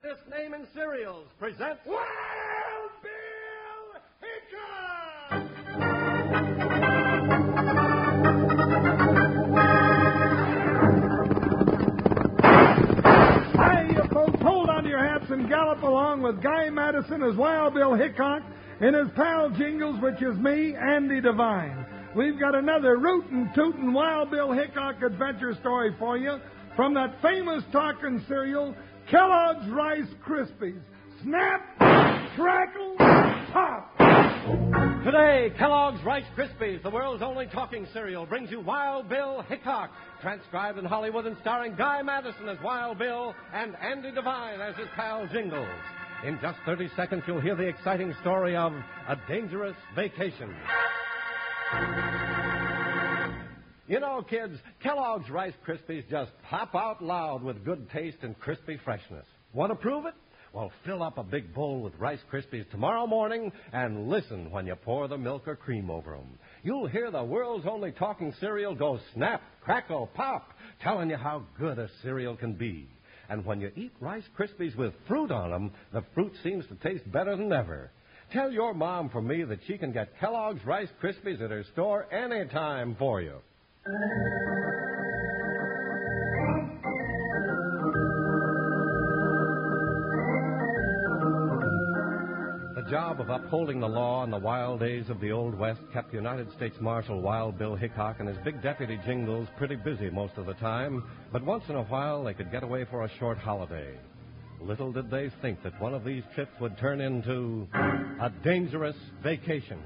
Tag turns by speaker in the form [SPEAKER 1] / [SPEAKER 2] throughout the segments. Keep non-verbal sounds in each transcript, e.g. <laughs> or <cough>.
[SPEAKER 1] greatest name in cereals presents Wild Bill Hickok!
[SPEAKER 2] Hi, you folks, hold on to your hats and gallop along with Guy Madison as Wild Bill Hickok and his pal Jingles, which is me, Andy Devine. We've got another rootin' tootin' Wild Bill Hickok adventure story for you from that famous talking cereal, Kellogg's Rice Krispies. Snap, crackle, pop!
[SPEAKER 1] Today, Kellogg's Rice Krispies, the world's only talking cereal, brings you Wild Bill Hickok, transcribed in Hollywood and starring Guy Madison as Wild Bill and Andy Devine as his pal Jingles. In just 30 seconds, you'll hear the exciting story of A Dangerous Vacation. You know, kids, Kellogg's Rice Krispies just pop out loud with good taste and crispy freshness. Want to prove it? Well, fill up a big bowl with Rice Krispies tomorrow morning and listen when you pour the milk or cream over 'em. You'll hear the world's only talking cereal go snap, crackle, pop, telling you how good a cereal can be. And when you eat Rice Krispies with fruit on 'em, the fruit seems to taste better than ever. Tell your mom for me that she can get Kellogg's Rice Krispies at her store any time for you. The job of upholding the law in the wild days of the Old West kept United States Marshal Wild Bill Hickok and his big deputy Jingles pretty busy most of the time, but once in a while they could get away for a short holiday. Little did they think that one of these trips would turn into a dangerous vacation.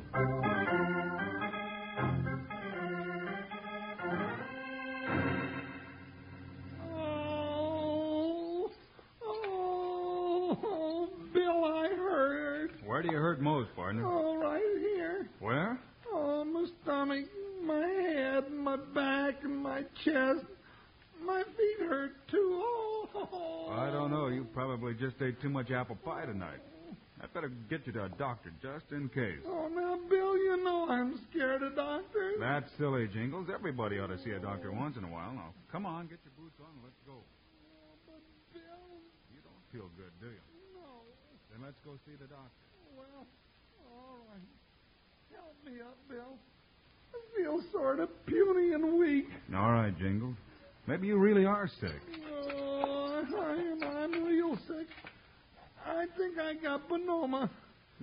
[SPEAKER 2] Oh, oh, oh, Bill, I hurt.
[SPEAKER 3] Where do you hurt most, partner?
[SPEAKER 2] Oh, right here.
[SPEAKER 3] Where?
[SPEAKER 2] Oh, my stomach, my head, my back, and my chest. My feet hurt too. Oh.
[SPEAKER 3] I don't know. You probably just ate too much apple pie tonight. I better get you to a doctor just in case.
[SPEAKER 2] Oh, now, Bill, you know I'm scared of doctors.
[SPEAKER 3] That's silly, Jingles. Everybody ought to see a doctor once in a while. Now, come on, get your boots on and let's go.
[SPEAKER 2] Bill,
[SPEAKER 3] You don't feel good, do you?
[SPEAKER 2] no.
[SPEAKER 3] Then let's go see the doctor.
[SPEAKER 2] Well, all right. Help me up, Bill. I feel sort of puny and weak.
[SPEAKER 3] All right, Jingles. Maybe you really are sick. <laughs>
[SPEAKER 2] Oh, I am. I'm real sick. I think I got bonoma.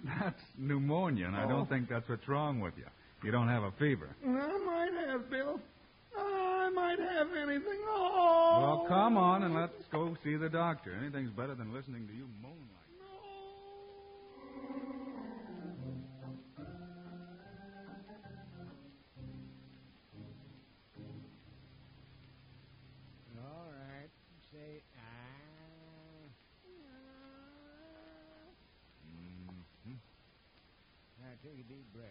[SPEAKER 3] That's pneumonia, and I
[SPEAKER 2] Oh.
[SPEAKER 3] don't think that's what's wrong with you. You don't have a fever.
[SPEAKER 2] I might have, Bill. I might have anything. Oh!
[SPEAKER 3] Well, come on and let's go see the doctor. Anything's better than listening to you moan like that.
[SPEAKER 4] All right. Say, ah.
[SPEAKER 3] Mm-hmm.
[SPEAKER 4] Now take a deep breath.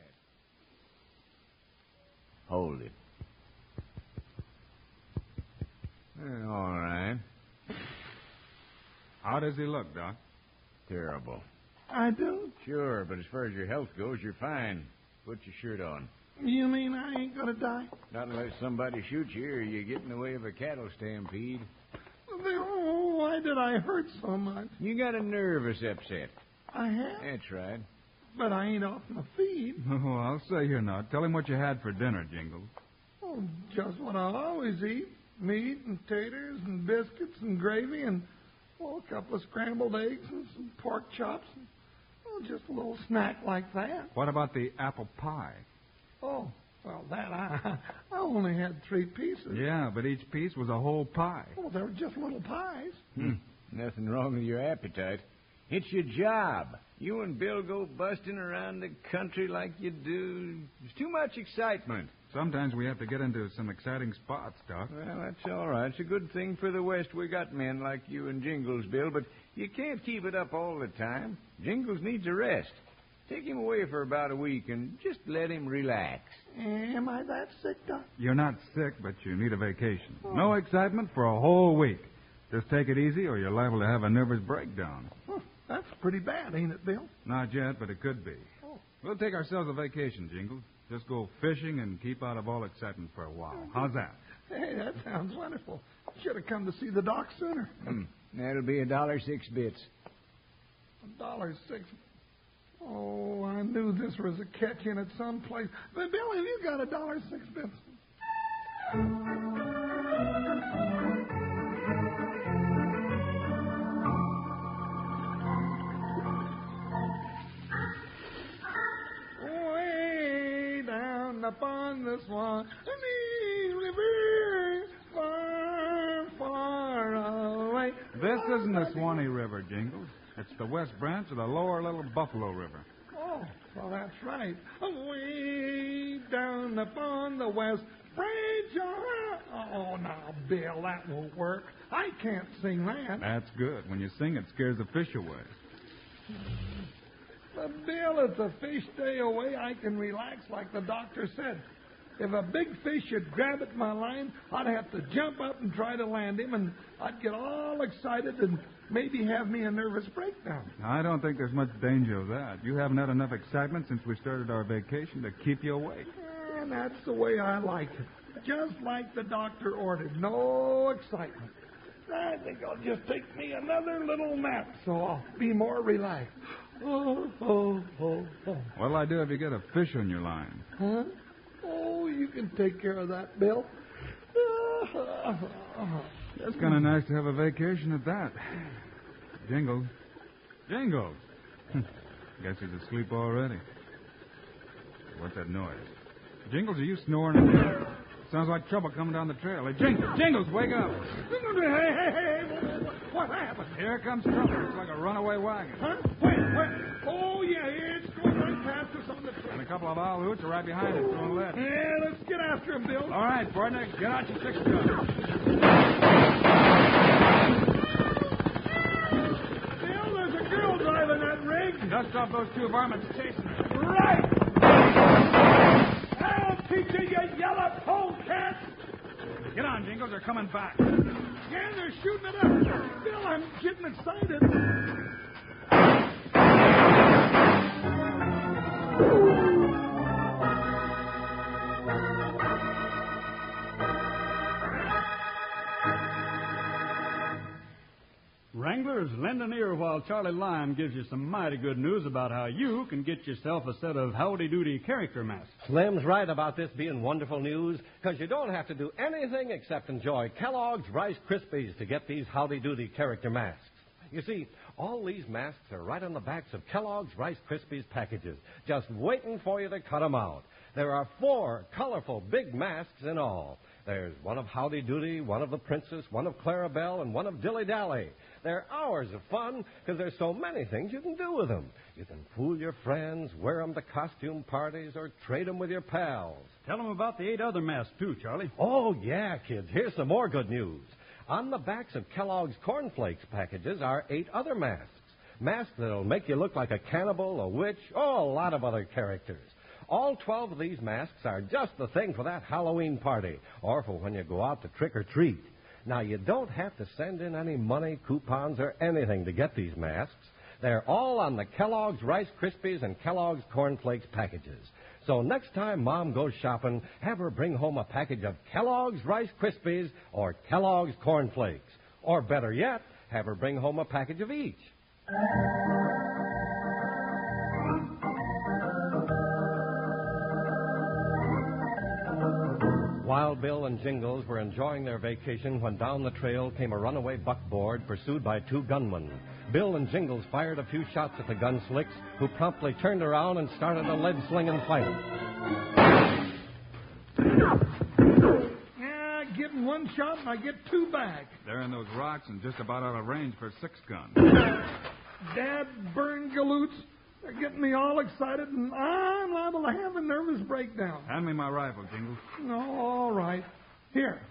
[SPEAKER 4] Hold it. Eh, All right.
[SPEAKER 3] How does he look, Doc?
[SPEAKER 4] Terrible.
[SPEAKER 2] I do?
[SPEAKER 4] Sure, but as far as your health goes, you're fine. Put your shirt
[SPEAKER 3] <laughs>
[SPEAKER 4] on.
[SPEAKER 2] You mean I ain't gonna die?
[SPEAKER 4] Not unless somebody shoots you or you get in the way of a cattle stampede.
[SPEAKER 2] Bill, oh, why did I hurt so much?
[SPEAKER 4] You got a nervous upset.
[SPEAKER 2] I have,
[SPEAKER 4] That's right.
[SPEAKER 2] but I ain't off my feet.
[SPEAKER 3] Oh, I'll say you're not. Tell him what you had for dinner, Jingles.
[SPEAKER 2] Oh, just what I always eat meat and taters and biscuits and gravy and oh, a couple of scrambled eggs and some pork chops. And, oh, just a little snack like that.
[SPEAKER 3] What about the apple pie?
[SPEAKER 2] Oh, well, that I, <laughs> I only had three pieces.
[SPEAKER 3] Yeah, but each piece was a whole pie.
[SPEAKER 2] Oh, they were just little pies.
[SPEAKER 4] Nothing wrong with your appetite. It's your job. You and Bill go busting around the country like you do. There's too much excitement.
[SPEAKER 3] Sometimes we have to get into some exciting spots, Doc.
[SPEAKER 4] Well, that's all right. It's a good thing for the West we got men like you and Jingles, Bill, but you can't keep it up all the time. Jingles needs a rest. Take him away for about a week and just let him relax.
[SPEAKER 2] Am I that sick, Doc?
[SPEAKER 3] You're not sick, but you need a vacation. No excitement for a whole week. Just take it easy, or you're liable to have a nervous breakdown.
[SPEAKER 2] Huh, that's pretty bad, ain't it, Bill?
[SPEAKER 3] Not yet, but it could be.
[SPEAKER 2] Oh.
[SPEAKER 3] We'll take ourselves a vacation, Jingles. Just go fishing and keep out of all excitement for a while. How's that?
[SPEAKER 2] Hey, that sounds wonderful. Should have come to see the doc sooner.
[SPEAKER 4] That'll be a dollar six bits.
[SPEAKER 2] A dollar six. Oh, I knew this was a catch in at some place. But Billy, have you got a dollar sixpence? Way down upon the swan, the river, far, far away.
[SPEAKER 3] This isn't the Swanee River, Jingles. It's the West Branch of the lower little Buffalo River.
[SPEAKER 2] Oh, well, that's right. Way down upon the west bridge. Oh, now, Bill, that won't work. I can't sing that.
[SPEAKER 3] That's good. When you sing, it scares the fish away.
[SPEAKER 2] But, Uh, Bill, it's a fish day away. I can relax like the doctor said. If a big fish should grab at my line, I'd have to jump up and try to land him, and I'd get all excited and maybe have me a nervous breakdown.
[SPEAKER 3] I don't think there's much danger of that. You haven't had enough excitement since we started our vacation to keep you awake.
[SPEAKER 2] And that's the way I like it. Just like the doctor ordered. No excitement. I think I'll just take me another little nap so I'll be more relaxed. Oh, oh, oh, oh.
[SPEAKER 3] What'll I do if you get a fish on your line?
[SPEAKER 2] Huh? Oh, you can take care of that, Bill.
[SPEAKER 3] It's kind of nice to have a vacation at that. Jingles. Jingles! <laughs> Guess he's asleep already. What's that noise? Jingles, are you snoring again? Sounds like trouble coming down the trail. Hey, Jingles, Jingles, wake up!
[SPEAKER 2] Hey, hey, hey, what happened?
[SPEAKER 3] Here comes trouble. It's like a runaway wagon.
[SPEAKER 2] Huh? Wait, wait. Oh, yeah, it's going right past us on the trail.
[SPEAKER 3] And a couple of owl hoots are right behind it, throwing lead.
[SPEAKER 2] Yeah, let's get after him, Bill.
[SPEAKER 3] All right, partner, get out your six gun.
[SPEAKER 2] Bill, there's a girl driving that rig.
[SPEAKER 3] Dust off those two varmints chasing us.
[SPEAKER 2] Right! I'll teach you, you yellow polecat!
[SPEAKER 3] Get on, Jingles, they're coming back.
[SPEAKER 2] Yeah, they're shooting it up. Bill, I'm getting excited.
[SPEAKER 5] Wranglers, lend an ear while Charlie Lyon gives you some mighty good news about how you can get yourself a set of howdy doody character masks.
[SPEAKER 1] Slim's right about this being wonderful news because you don't have to do anything except enjoy Kellogg's Rice Krispies to get these howdy doody character masks. You see, all these masks are right on the backs of Kellogg's Rice Krispies packages, just waiting for you to cut them out. There are four colorful big masks in all. There's one of Howdy Doody, one of the Princess, one of Clarabelle, and one of Dilly Dally. They're hours of fun because there's so many things you can do with them. You can fool your friends, wear them to costume parties, or trade them with your pals.
[SPEAKER 5] Tell them about the eight other masks, too, Charlie.
[SPEAKER 1] Oh, yeah, kids. Here's some more good news. On the backs of Kellogg's cornflakes packages are eight other masks. Masks that'll make you look like a cannibal, a witch, oh, a lot of other characters. All 12 of these masks are just the thing for that Halloween party or for when you go out to trick or treat. Now, you don't have to send in any money, coupons, or anything to get these masks. They're all on the Kellogg's Rice Krispies and Kellogg's Cornflakes packages. So next time Mom goes shopping, have her bring home a package of Kellogg's Rice Krispies or Kellogg's Cornflakes. Or better yet, have her bring home a package of each. Wild Bill and Jingles were enjoying their vacation when down the trail came a runaway buckboard pursued by two gunmen. Bill and Jingles fired a few shots at the gun slicks, who promptly turned around and started a lead slinging fight.
[SPEAKER 2] Yeah, give him one shot and I get two back.
[SPEAKER 3] They're in those rocks and just about out of range for a six
[SPEAKER 5] <laughs>
[SPEAKER 3] gun.
[SPEAKER 2] Dad burn galoots. They're getting me all excited and I'm liable to have a nervous breakdown.
[SPEAKER 3] Hand me my rifle, Jingles.
[SPEAKER 2] No, all right. Here.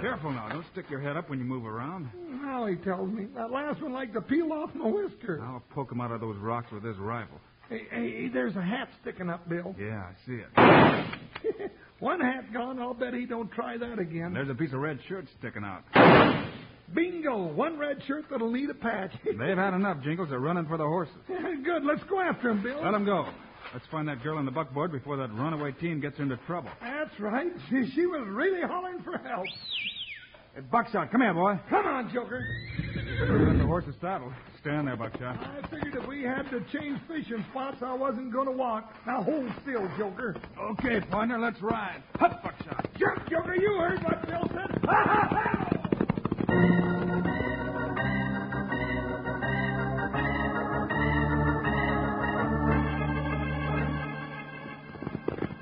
[SPEAKER 3] Careful now. Don't stick your head up when you move around.
[SPEAKER 2] Now he tells me. That last one like to peel off my whisker.
[SPEAKER 3] I'll poke him out of those rocks with this rifle.
[SPEAKER 2] Hey, hey, there's a hat sticking up, Bill.
[SPEAKER 3] Yeah, I see it.
[SPEAKER 2] One hat gone, I'll bet he don't try that again.
[SPEAKER 3] And there's a piece of red shirt sticking out.
[SPEAKER 2] Bingo! One red shirt that'll need a patch. <laughs>
[SPEAKER 3] They've had enough, Jingles. They're running for the horses.
[SPEAKER 2] Good, let's go after him, Bill.
[SPEAKER 3] Let 'em go. Let's find that girl in the buckboard before that runaway team gets into trouble.
[SPEAKER 2] That's right. She, she was really hollering for help.
[SPEAKER 3] Hey, Buckshot, come here, boy.
[SPEAKER 2] Come on, Joker.
[SPEAKER 3] Got the horses saddled. Stand there, Buckshot.
[SPEAKER 2] I figured if we had to change fishing spots, I wasn't going to walk. Now hold still, Joker.
[SPEAKER 3] Okay, partner, let's ride. Hup, Buckshot.
[SPEAKER 2] Jump, Joker, you heard what Bill said. <laughs>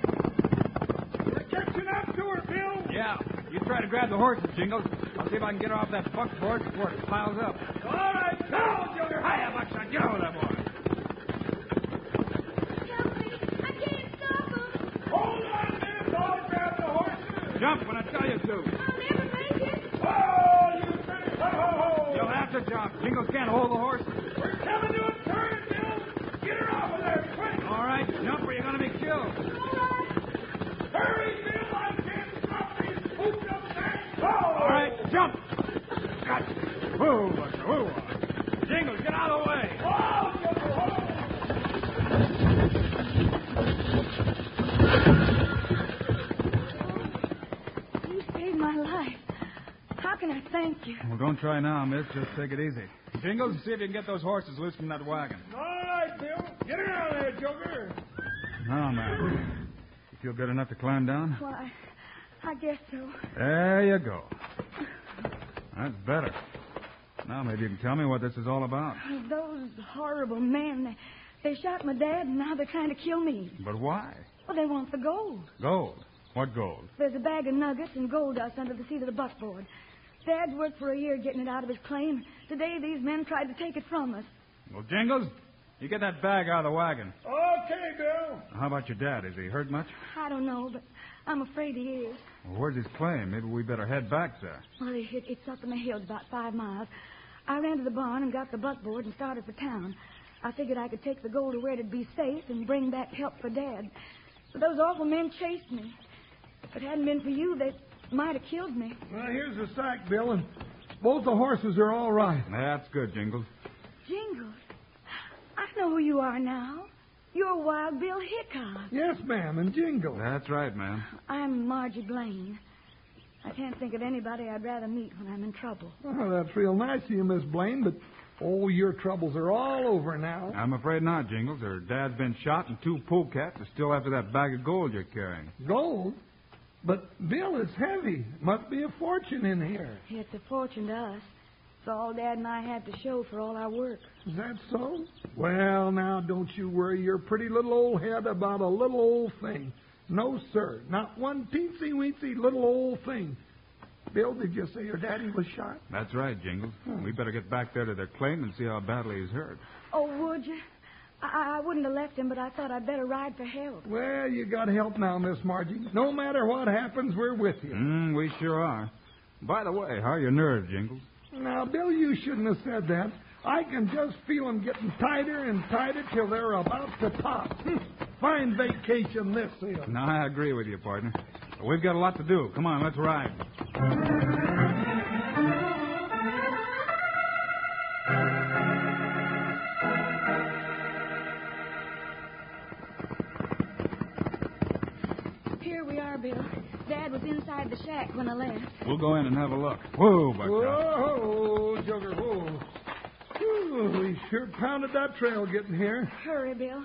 [SPEAKER 2] We're catching up to her, Bill.
[SPEAKER 3] Yeah. You try to grab the horses, Jingles. I'll see if I can get her off that buckboard before it piles up.
[SPEAKER 2] All right, now, Joker.
[SPEAKER 3] Hiya, Buckshot. Get over that boy.
[SPEAKER 6] Help me! I can't stop him!
[SPEAKER 2] Hold on there, boy. Grab the horses.
[SPEAKER 3] Jump when I tell you to.
[SPEAKER 6] I'll never make it!
[SPEAKER 2] Oh, you better. Ho, ho, ho.
[SPEAKER 3] You'll have to jump. Jingles can't hold the horse.
[SPEAKER 2] We're coming to a turn, Bill. Get her off of there, quick.
[SPEAKER 3] All right, jump or you're going to be killed.
[SPEAKER 2] Hurry, Bill! I can't stop these hooked up bags. Oh,
[SPEAKER 3] All right, jump. Got you. Whoa, Buckshot, whoa. Jingles, get out of the way.
[SPEAKER 6] You saved my life. How can I thank you?
[SPEAKER 3] Well, don't try now, miss. Just take it easy. Jingles, see if you can get those horses loose from that wagon.
[SPEAKER 2] All right, Bill. Get her out of there, Joker.
[SPEAKER 3] Now, man. You feel good enough to climb down?
[SPEAKER 6] Why, I guess so.
[SPEAKER 3] There you go. That's better. Now, maybe you can tell me what this is all about.
[SPEAKER 6] Those horrible men, they, they shot my dad and now they're trying to kill me.
[SPEAKER 3] But why?
[SPEAKER 6] Well, they want the gold.
[SPEAKER 3] Gold. What gold?
[SPEAKER 6] There's a bag of nuggets and gold dust under the seat of the buckboard. Dad worked for a year getting it out of his claim. Today these men tried to take it from us.
[SPEAKER 3] Well, Jingles, you get that bag out of the wagon.
[SPEAKER 2] Okay, Bill.
[SPEAKER 3] How about your dad? Has he heard much?
[SPEAKER 6] I don't know, but I'm afraid he is.
[SPEAKER 3] Well, where's his claim? Maybe we better head back there.
[SPEAKER 6] Well, it, it- it's up in the hills about five miles. I ran to the barn and got the buckboard and started for town. I figured I could take the gold to where it'd be safe and bring back help for Dad. But those awful men chased me. If it hadn't been for you, they might have killed me.
[SPEAKER 2] Well, here's the sack, Bill, and both the horses are all right.
[SPEAKER 3] That's good, Jingles.
[SPEAKER 6] Jingles, I know who you are now. You're Wild Bill Hickok.
[SPEAKER 2] Yes, ma'am, and Jingle.
[SPEAKER 3] That's right, ma'am.
[SPEAKER 6] I'm Margie Blaine. I can't think of anybody I'd rather meet when I'm in trouble.
[SPEAKER 2] Oh, that's real nice of you, Miss Blaine, but oh, your troubles are all over now.
[SPEAKER 3] I'm afraid not, Jingles. Her dad's been shot, and two pool cats are still after that bag of gold you're carrying.
[SPEAKER 2] Gold? But Bill is heavy. Must be a fortune in here.
[SPEAKER 6] It's a fortune to us. It's all Dad and I had to show for all our work.
[SPEAKER 2] Is that so? Well, now don't you worry your pretty little old head about a little old thing. No, sir, not one teensy weensy little old thing. Bill, did you say your daddy was shot?
[SPEAKER 3] That's right, Jingles.
[SPEAKER 5] Hmm.
[SPEAKER 3] We better get back there to their claim and see how badly he's hurt.
[SPEAKER 6] Oh, would you? I, I wouldn't have left him, but I thought I'd better ride for help.
[SPEAKER 2] Well, you got help now, Miss Margie. No matter what happens, we're with you.
[SPEAKER 3] Mm, we sure are. By the way, how are your nerves, Jingles?
[SPEAKER 2] Now, Bill, you shouldn't have said that. I can just feel 'em getting tighter and tighter till they're about to pop. <laughs> Hmm. Fine vacation this is.
[SPEAKER 3] No, I agree with you, partner. We've got a lot to do. Come on, let's ride.
[SPEAKER 6] Here we are, Bill. Dad was inside the shack when I left.
[SPEAKER 3] We'll go in and have a look. Whoa, Buckshot.
[SPEAKER 2] Whoa, Joker, whoa. Whew, we sure pounded that trail getting here.
[SPEAKER 6] Hurry, Bill.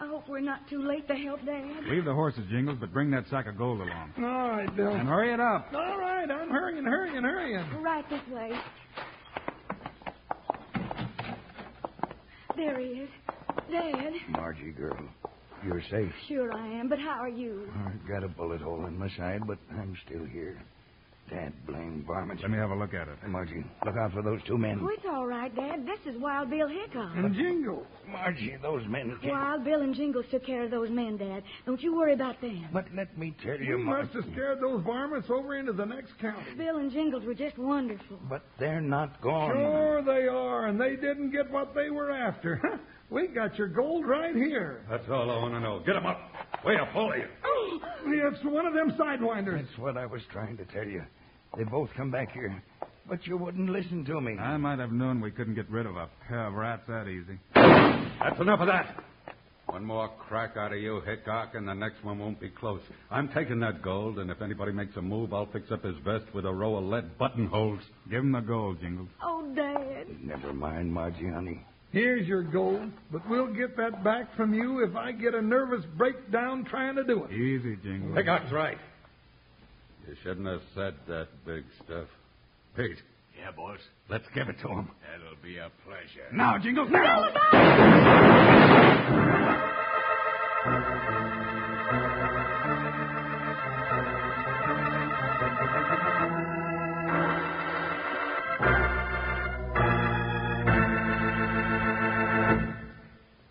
[SPEAKER 6] I hope we're not too late to help Dad.
[SPEAKER 3] Leave the horses, Jingles, but bring that sack of gold along.
[SPEAKER 2] All right, Bill.
[SPEAKER 3] And hurry it up.
[SPEAKER 2] All right, I'm hurrying, hurrying, hurrying.
[SPEAKER 6] Right this way. There he is. Dad.
[SPEAKER 4] Margie, girl, you're safe.
[SPEAKER 6] Sure I am, but how are you?
[SPEAKER 4] I've got a bullet hole in my side, but I'm still here. That blamed varmint.
[SPEAKER 3] Let me have a look at it.
[SPEAKER 4] Margie, look out for those two men.
[SPEAKER 6] Oh, it's all right, Dad. This is Wild Bill Hickok.
[SPEAKER 2] And Jingle.
[SPEAKER 4] Margie, those men.
[SPEAKER 6] Wild Bill and Jingles took care of those men, Dad. Don't you worry about them.
[SPEAKER 4] But let me tell you,
[SPEAKER 2] You must
[SPEAKER 4] Margie.
[SPEAKER 2] have scared those varmints over into the next county.
[SPEAKER 6] Bill and Jingles were just wonderful.
[SPEAKER 4] But they're not gone.
[SPEAKER 2] Sure they are, and they didn't get what they were after. <laughs> we got your gold right here. <gasps>
[SPEAKER 1] That's all I want to know. Get him up. Way up, all of you.
[SPEAKER 2] It's one of them sidewinders.
[SPEAKER 4] That's what I was trying to tell you. They both come back here, but you wouldn't listen to me.
[SPEAKER 3] I might have known we couldn't get rid of a pair of rats that easy.
[SPEAKER 1] That's enough of that.
[SPEAKER 7] One more crack out of you, Hickok, and the next one won't be close. I'm taking that gold, and if anybody makes a move, I'll fix up his vest with a row of lead buttonholes.
[SPEAKER 3] Give him the gold, Jingles.
[SPEAKER 6] Oh, Dad.
[SPEAKER 4] Never mind, Margiani.
[SPEAKER 2] Here's your gold, but we'll get that back from you if I get a nervous breakdown trying to do it.
[SPEAKER 3] Easy, Jingles.
[SPEAKER 1] Hickok's right.
[SPEAKER 7] You shouldn't have said that big stuff. Pete,
[SPEAKER 4] Yeah, boss.
[SPEAKER 7] let's give it to him.
[SPEAKER 4] That'll be a pleasure.
[SPEAKER 3] Now, Jingles, now!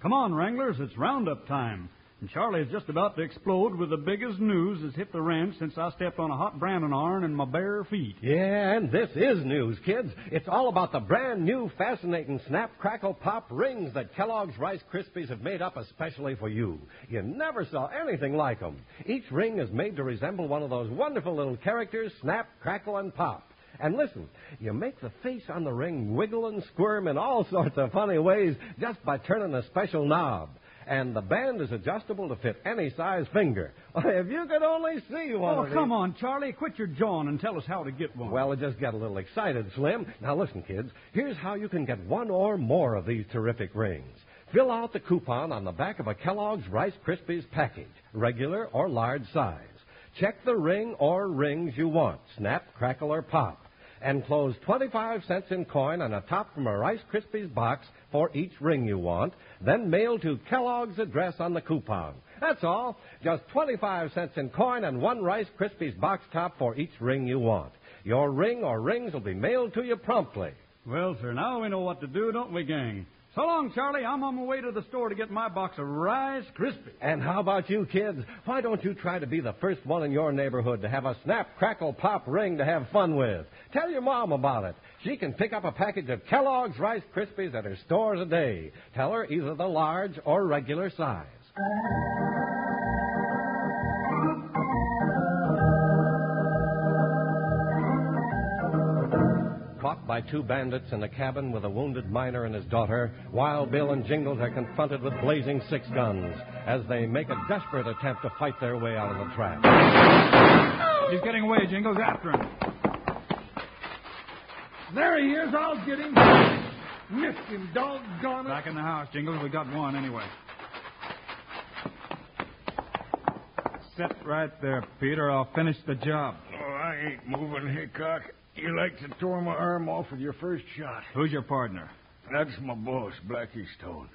[SPEAKER 5] Come on, Wranglers, it's roundup time. And Charlie's just about to explode with the biggest news that's hit the ranch since I stepped on a hot branding iron in my bare feet.
[SPEAKER 1] Yeah, and this is news, kids. It's all about the brand new, fascinating Snap Crackle Pop rings that Kellogg's Rice Krispies have made up especially for you. You never saw anything like them. Each ring is made to resemble one of those wonderful little characters, Snap, Crackle, and Pop. And listen, you make the face on the ring wiggle and squirm in all <laughs> sorts of funny ways just by turning a special knob. And the band is adjustable to fit any size finger. <laughs> If you could only see one.
[SPEAKER 5] Oh,
[SPEAKER 1] of these-
[SPEAKER 5] come on, Charlie, quit your jawing and tell us how to get one.
[SPEAKER 1] well, I just got a little excited, Slim. Now, listen, kids. Here's how you can get one or more of these terrific rings. Fill out the coupon on the back of a Kellogg's Rice Krispies package, regular or large size. Check the ring or rings you want snap, crackle, or pop. Enclose 25 cents in coin on a top from a Rice Krispies box for each ring you want, then mail to Kellogg's address on the coupon. That's all. Just 25 cents in coin and one Rice Krispies box top for each ring you want. Your ring or rings will be mailed to you promptly.
[SPEAKER 5] Well, sir, now we know what to do, don't we, gang? So long, Charlie. I'm on my way to the store to get my box of Rice Krispies.
[SPEAKER 1] And how about you, kids? Why don't you try to be the first one in your neighborhood to have a snap, crackle, pop ring to have fun with? Tell your mom about it. She can pick up a package of Kellogg's Rice Krispies at her stores a day. Tell her either the large or regular size. Caught by two bandits in a cabin with a wounded miner and his daughter, Wild Bill and Jingles are confronted with blazing six guns as they make a desperate attempt to fight their way out of the trap.
[SPEAKER 3] He's getting away, Jingles. After him.
[SPEAKER 2] There he is. I'll get him. Missed him. Doggone it.
[SPEAKER 3] Back in the house, Jingles. We got one anyway. Sit right there, Peter. I'll finish the job.
[SPEAKER 4] Oh, I ain't moving, Hickok. You like to tore my arm off with your first shot.
[SPEAKER 3] Who's your partner?
[SPEAKER 4] That's my boss, Blackie Stone.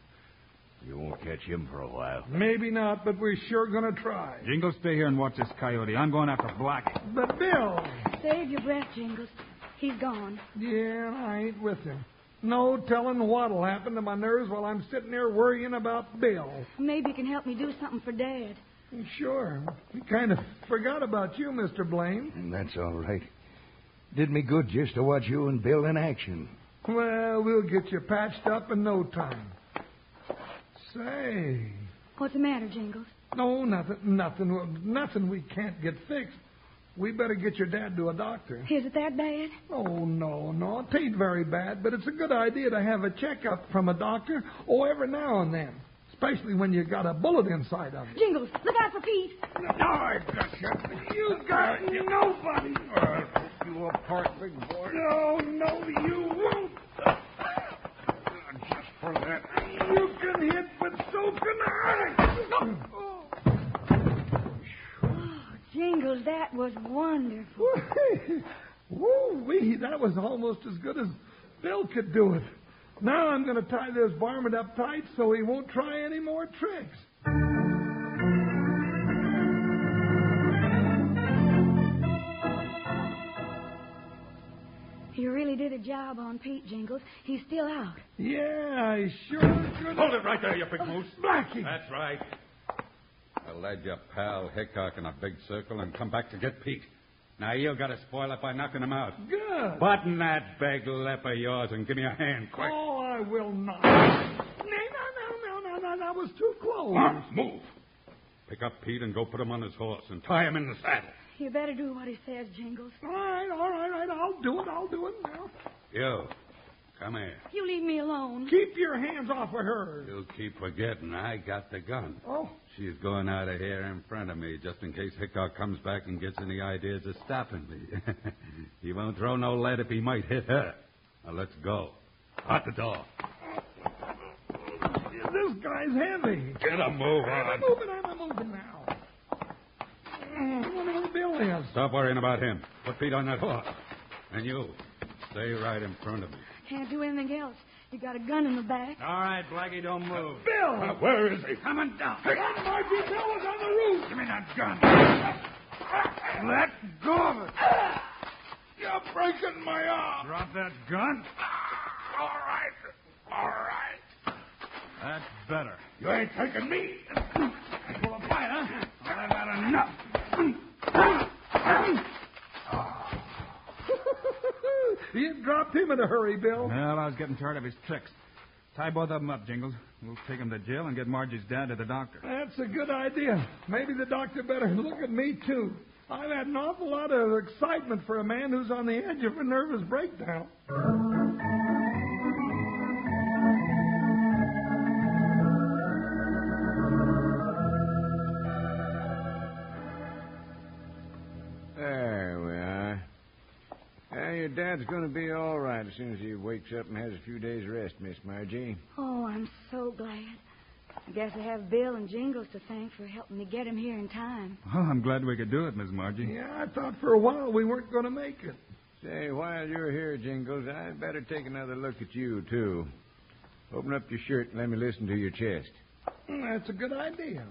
[SPEAKER 4] You won't catch him for a while.
[SPEAKER 2] Maybe not, but we're sure going to try.
[SPEAKER 3] Jingles, stay here and watch this coyote. I'm going after Blackie.
[SPEAKER 2] But Bill.
[SPEAKER 6] Save your breath, Jingles. He's gone.
[SPEAKER 2] Yeah, and I ain't with him. No telling what'll happen to my nerves while I'm sitting there worrying about Bill.
[SPEAKER 6] Maybe you can help me do something for Dad.
[SPEAKER 2] Sure. We kind of forgot about you, Mr. Blaine.
[SPEAKER 4] And Mm, that's all right. Did me good just to watch you and Bill in action.
[SPEAKER 2] Well, we'll get you patched up in no time. Say,
[SPEAKER 6] What's the matter, Jingles?
[SPEAKER 2] no, nothing, nothing, nothing we can't get fixed. We better get your dad to a doctor.
[SPEAKER 6] Is it that bad?
[SPEAKER 2] Oh, no, no, it ain't very bad, but it's a good idea to have a checkup from a doctor, oh, every now and then, especially when you got a bullet inside of you.
[SPEAKER 6] Jingles, look out for Pete.
[SPEAKER 4] No, I've got you. You got nobody. I'll pick you apart, big boy. No, no, you won't. Just for that. You can hit, but so can I.
[SPEAKER 6] Jingles, that was wonderful.
[SPEAKER 2] Woo wee, that was almost as good as Bill could do it. Now I'm going to tie this varmint up tight so he won't try any more tricks.
[SPEAKER 6] You really did a job on Pete, Jingles. He's still out.
[SPEAKER 2] Yeah, I sure could.
[SPEAKER 7] Hold it right there, you big <laughs> moose.
[SPEAKER 2] Blackie!
[SPEAKER 4] Uh,
[SPEAKER 7] That's right. I led your pal Hickok in a big circle and come back to get Pete. Now you got to spoil it by knocking him out.
[SPEAKER 2] Good.
[SPEAKER 7] Button that big lip of yours and give me a hand, quick.
[SPEAKER 2] Oh, I will not. No, no, no, no, no, no, that was too close.
[SPEAKER 7] Mark, move. Pick up Pete and go put him on his horse and tie him in the saddle.
[SPEAKER 6] You better do what he says, Jingles.
[SPEAKER 2] All right, all right, all right, I'll do it, I'll do it now.
[SPEAKER 7] You, Come here.
[SPEAKER 6] You leave me alone.
[SPEAKER 2] Keep your hands off of her.
[SPEAKER 7] You keep forgetting I got the gun.
[SPEAKER 2] Oh,
[SPEAKER 7] She's going out of here in front of me, just in case Hickok comes back and gets any ideas of stopping me. <laughs> he won't throw no lead if he might hit her. Now let's go. Out the door.
[SPEAKER 2] this guy's heavy.
[SPEAKER 7] Get a move
[SPEAKER 2] I'm
[SPEAKER 7] on.
[SPEAKER 2] moving, I'm moving now. Mm, I wonder where the bill is.
[SPEAKER 7] Stop worrying about him. Put feet on that horse. And you, stay right in front of me.
[SPEAKER 6] Can't do anything else. You got a gun in the back.
[SPEAKER 5] All right, Blackie, don't move.
[SPEAKER 2] Bill!
[SPEAKER 7] Uh, where is he? Coming down.
[SPEAKER 2] That Margie Bill was on the roof.
[SPEAKER 7] Give me that gun.
[SPEAKER 2] Let go of it.
[SPEAKER 7] You're breaking my arm. Ah,
[SPEAKER 5] Drop that gun.
[SPEAKER 7] All right. All right.
[SPEAKER 5] That's better.
[SPEAKER 7] You ain't taking me. Pull a fight, huh? I've had enough.
[SPEAKER 2] <laughs> You dropped him in a hurry, Bill.
[SPEAKER 3] Well, I was getting tired of his tricks. Tie both of them up, Jingles. We'll take them to jail and get Margie's dad to the doctor.
[SPEAKER 2] That's a good idea. Maybe the doctor better look at me, too. I've had an awful lot of excitement for a man who's on the edge of a nervous breakdown.
[SPEAKER 4] There we are. Now, your dad's going to be all right as soon as he wakes up and has a few days' rest, Miss Margie.
[SPEAKER 6] Oh, I'm so glad. I guess I have Bill and Jingles to thank for helping me get him here in time.
[SPEAKER 3] Well, I'm glad we could do it, Miss Margie.
[SPEAKER 2] Yeah, I thought for a while we weren't going to make it.
[SPEAKER 4] Say, while you're here, Jingles, I'd better take another look at you, too. Open up your shirt and let me listen to your chest.
[SPEAKER 2] Mm, That's a good idea.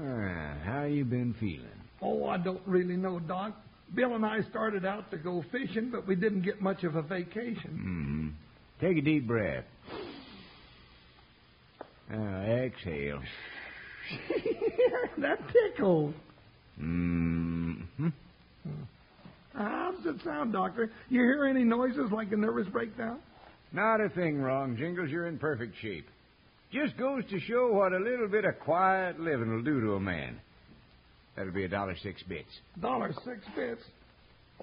[SPEAKER 4] Ah, how you been feeling?
[SPEAKER 2] Oh, I don't really know, Doc. Bill and I started out to go fishing, but we didn't get much of a vacation.
[SPEAKER 4] hmm Take a deep breath. Now, exhale.
[SPEAKER 2] <laughs> that tickled.
[SPEAKER 4] Mm-hmm.
[SPEAKER 2] How does it sound, Doctor? You hear any noises like a nervous breakdown?
[SPEAKER 4] Not a thing wrong, Jingles. You're in perfect shape. Just goes to show what a little bit of quiet living will do to a man. That'll be a dollar six bits.
[SPEAKER 2] Dollar six bits.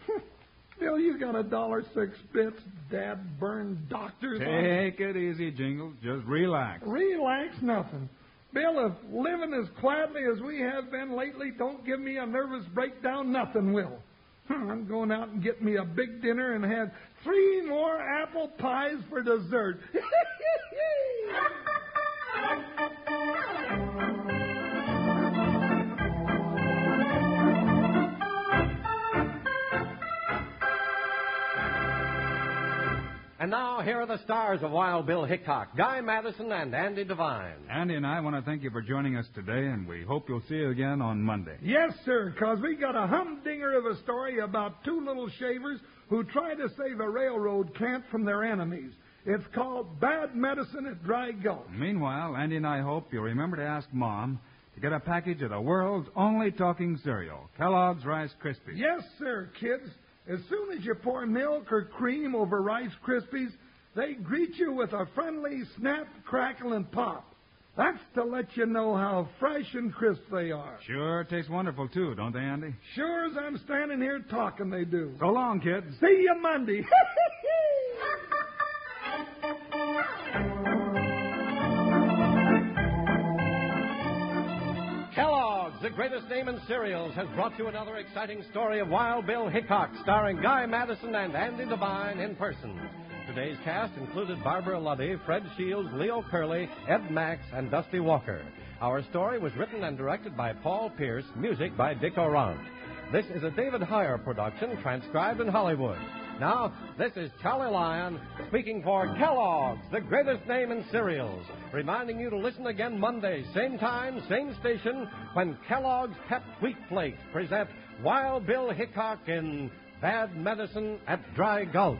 [SPEAKER 2] <laughs> Bill, you got a dollar six bits, dad burn doctors. on-
[SPEAKER 3] Take it easy, Jingles. Just relax.
[SPEAKER 2] Relax nothing. Bill, if living as quietly as we have been lately don't give me a nervous breakdown, nothing will. <laughs> Hmm, I'm going out and get me a big dinner and have three more apple pies for dessert. <laughs>
[SPEAKER 1] And now, here are the stars of Wild Bill Hickok Guy Madison and Andy Devine.
[SPEAKER 3] Andy and I want to thank you for joining us today, and we hope you'll see you again on Monday.
[SPEAKER 2] yes, sir, 'cause we got a humdinger of a story about two little shavers who try to save a railroad camp from their enemies. It's called Bad Medicine at Dry Gulch.
[SPEAKER 3] Meanwhile, Andy and I hope you'll remember to ask Mom to get a package of the world's only talking cereal, Kellogg's Rice Krispies.
[SPEAKER 2] Yes, sir, kids. As soon as you pour milk or cream over Rice Krispies, they greet you with a friendly snap, crackle, and pop. That's to let you know how fresh and crisp they are.
[SPEAKER 3] Sure tastes wonderful, too, don't they, Andy?
[SPEAKER 2] Sure as I'm standing here talking, they do.
[SPEAKER 3] So long, kids.
[SPEAKER 2] See you Monday. <laughs>
[SPEAKER 1] Kellogg's, the greatest name in cereals, has brought you another exciting story of Wild Bill Hickok, starring Guy Madison and Andy Devine in person. Today's cast included Barbara Luddy, Fred Shields, Leo Curley, Ed Max, and Dusty Walker. Our story was written and directed by Paul Pierce, music by Dick Orant. This is a David Heyer production, transcribed in Hollywood. Now, this is Charlie Lyon speaking for Kellogg's, the greatest name in cereals, reminding you to listen again Monday, same time, same station, when Kellogg's Pep Wheat Flakes present Wild Bill Hickok in Bad Medicine at Dry Gulch.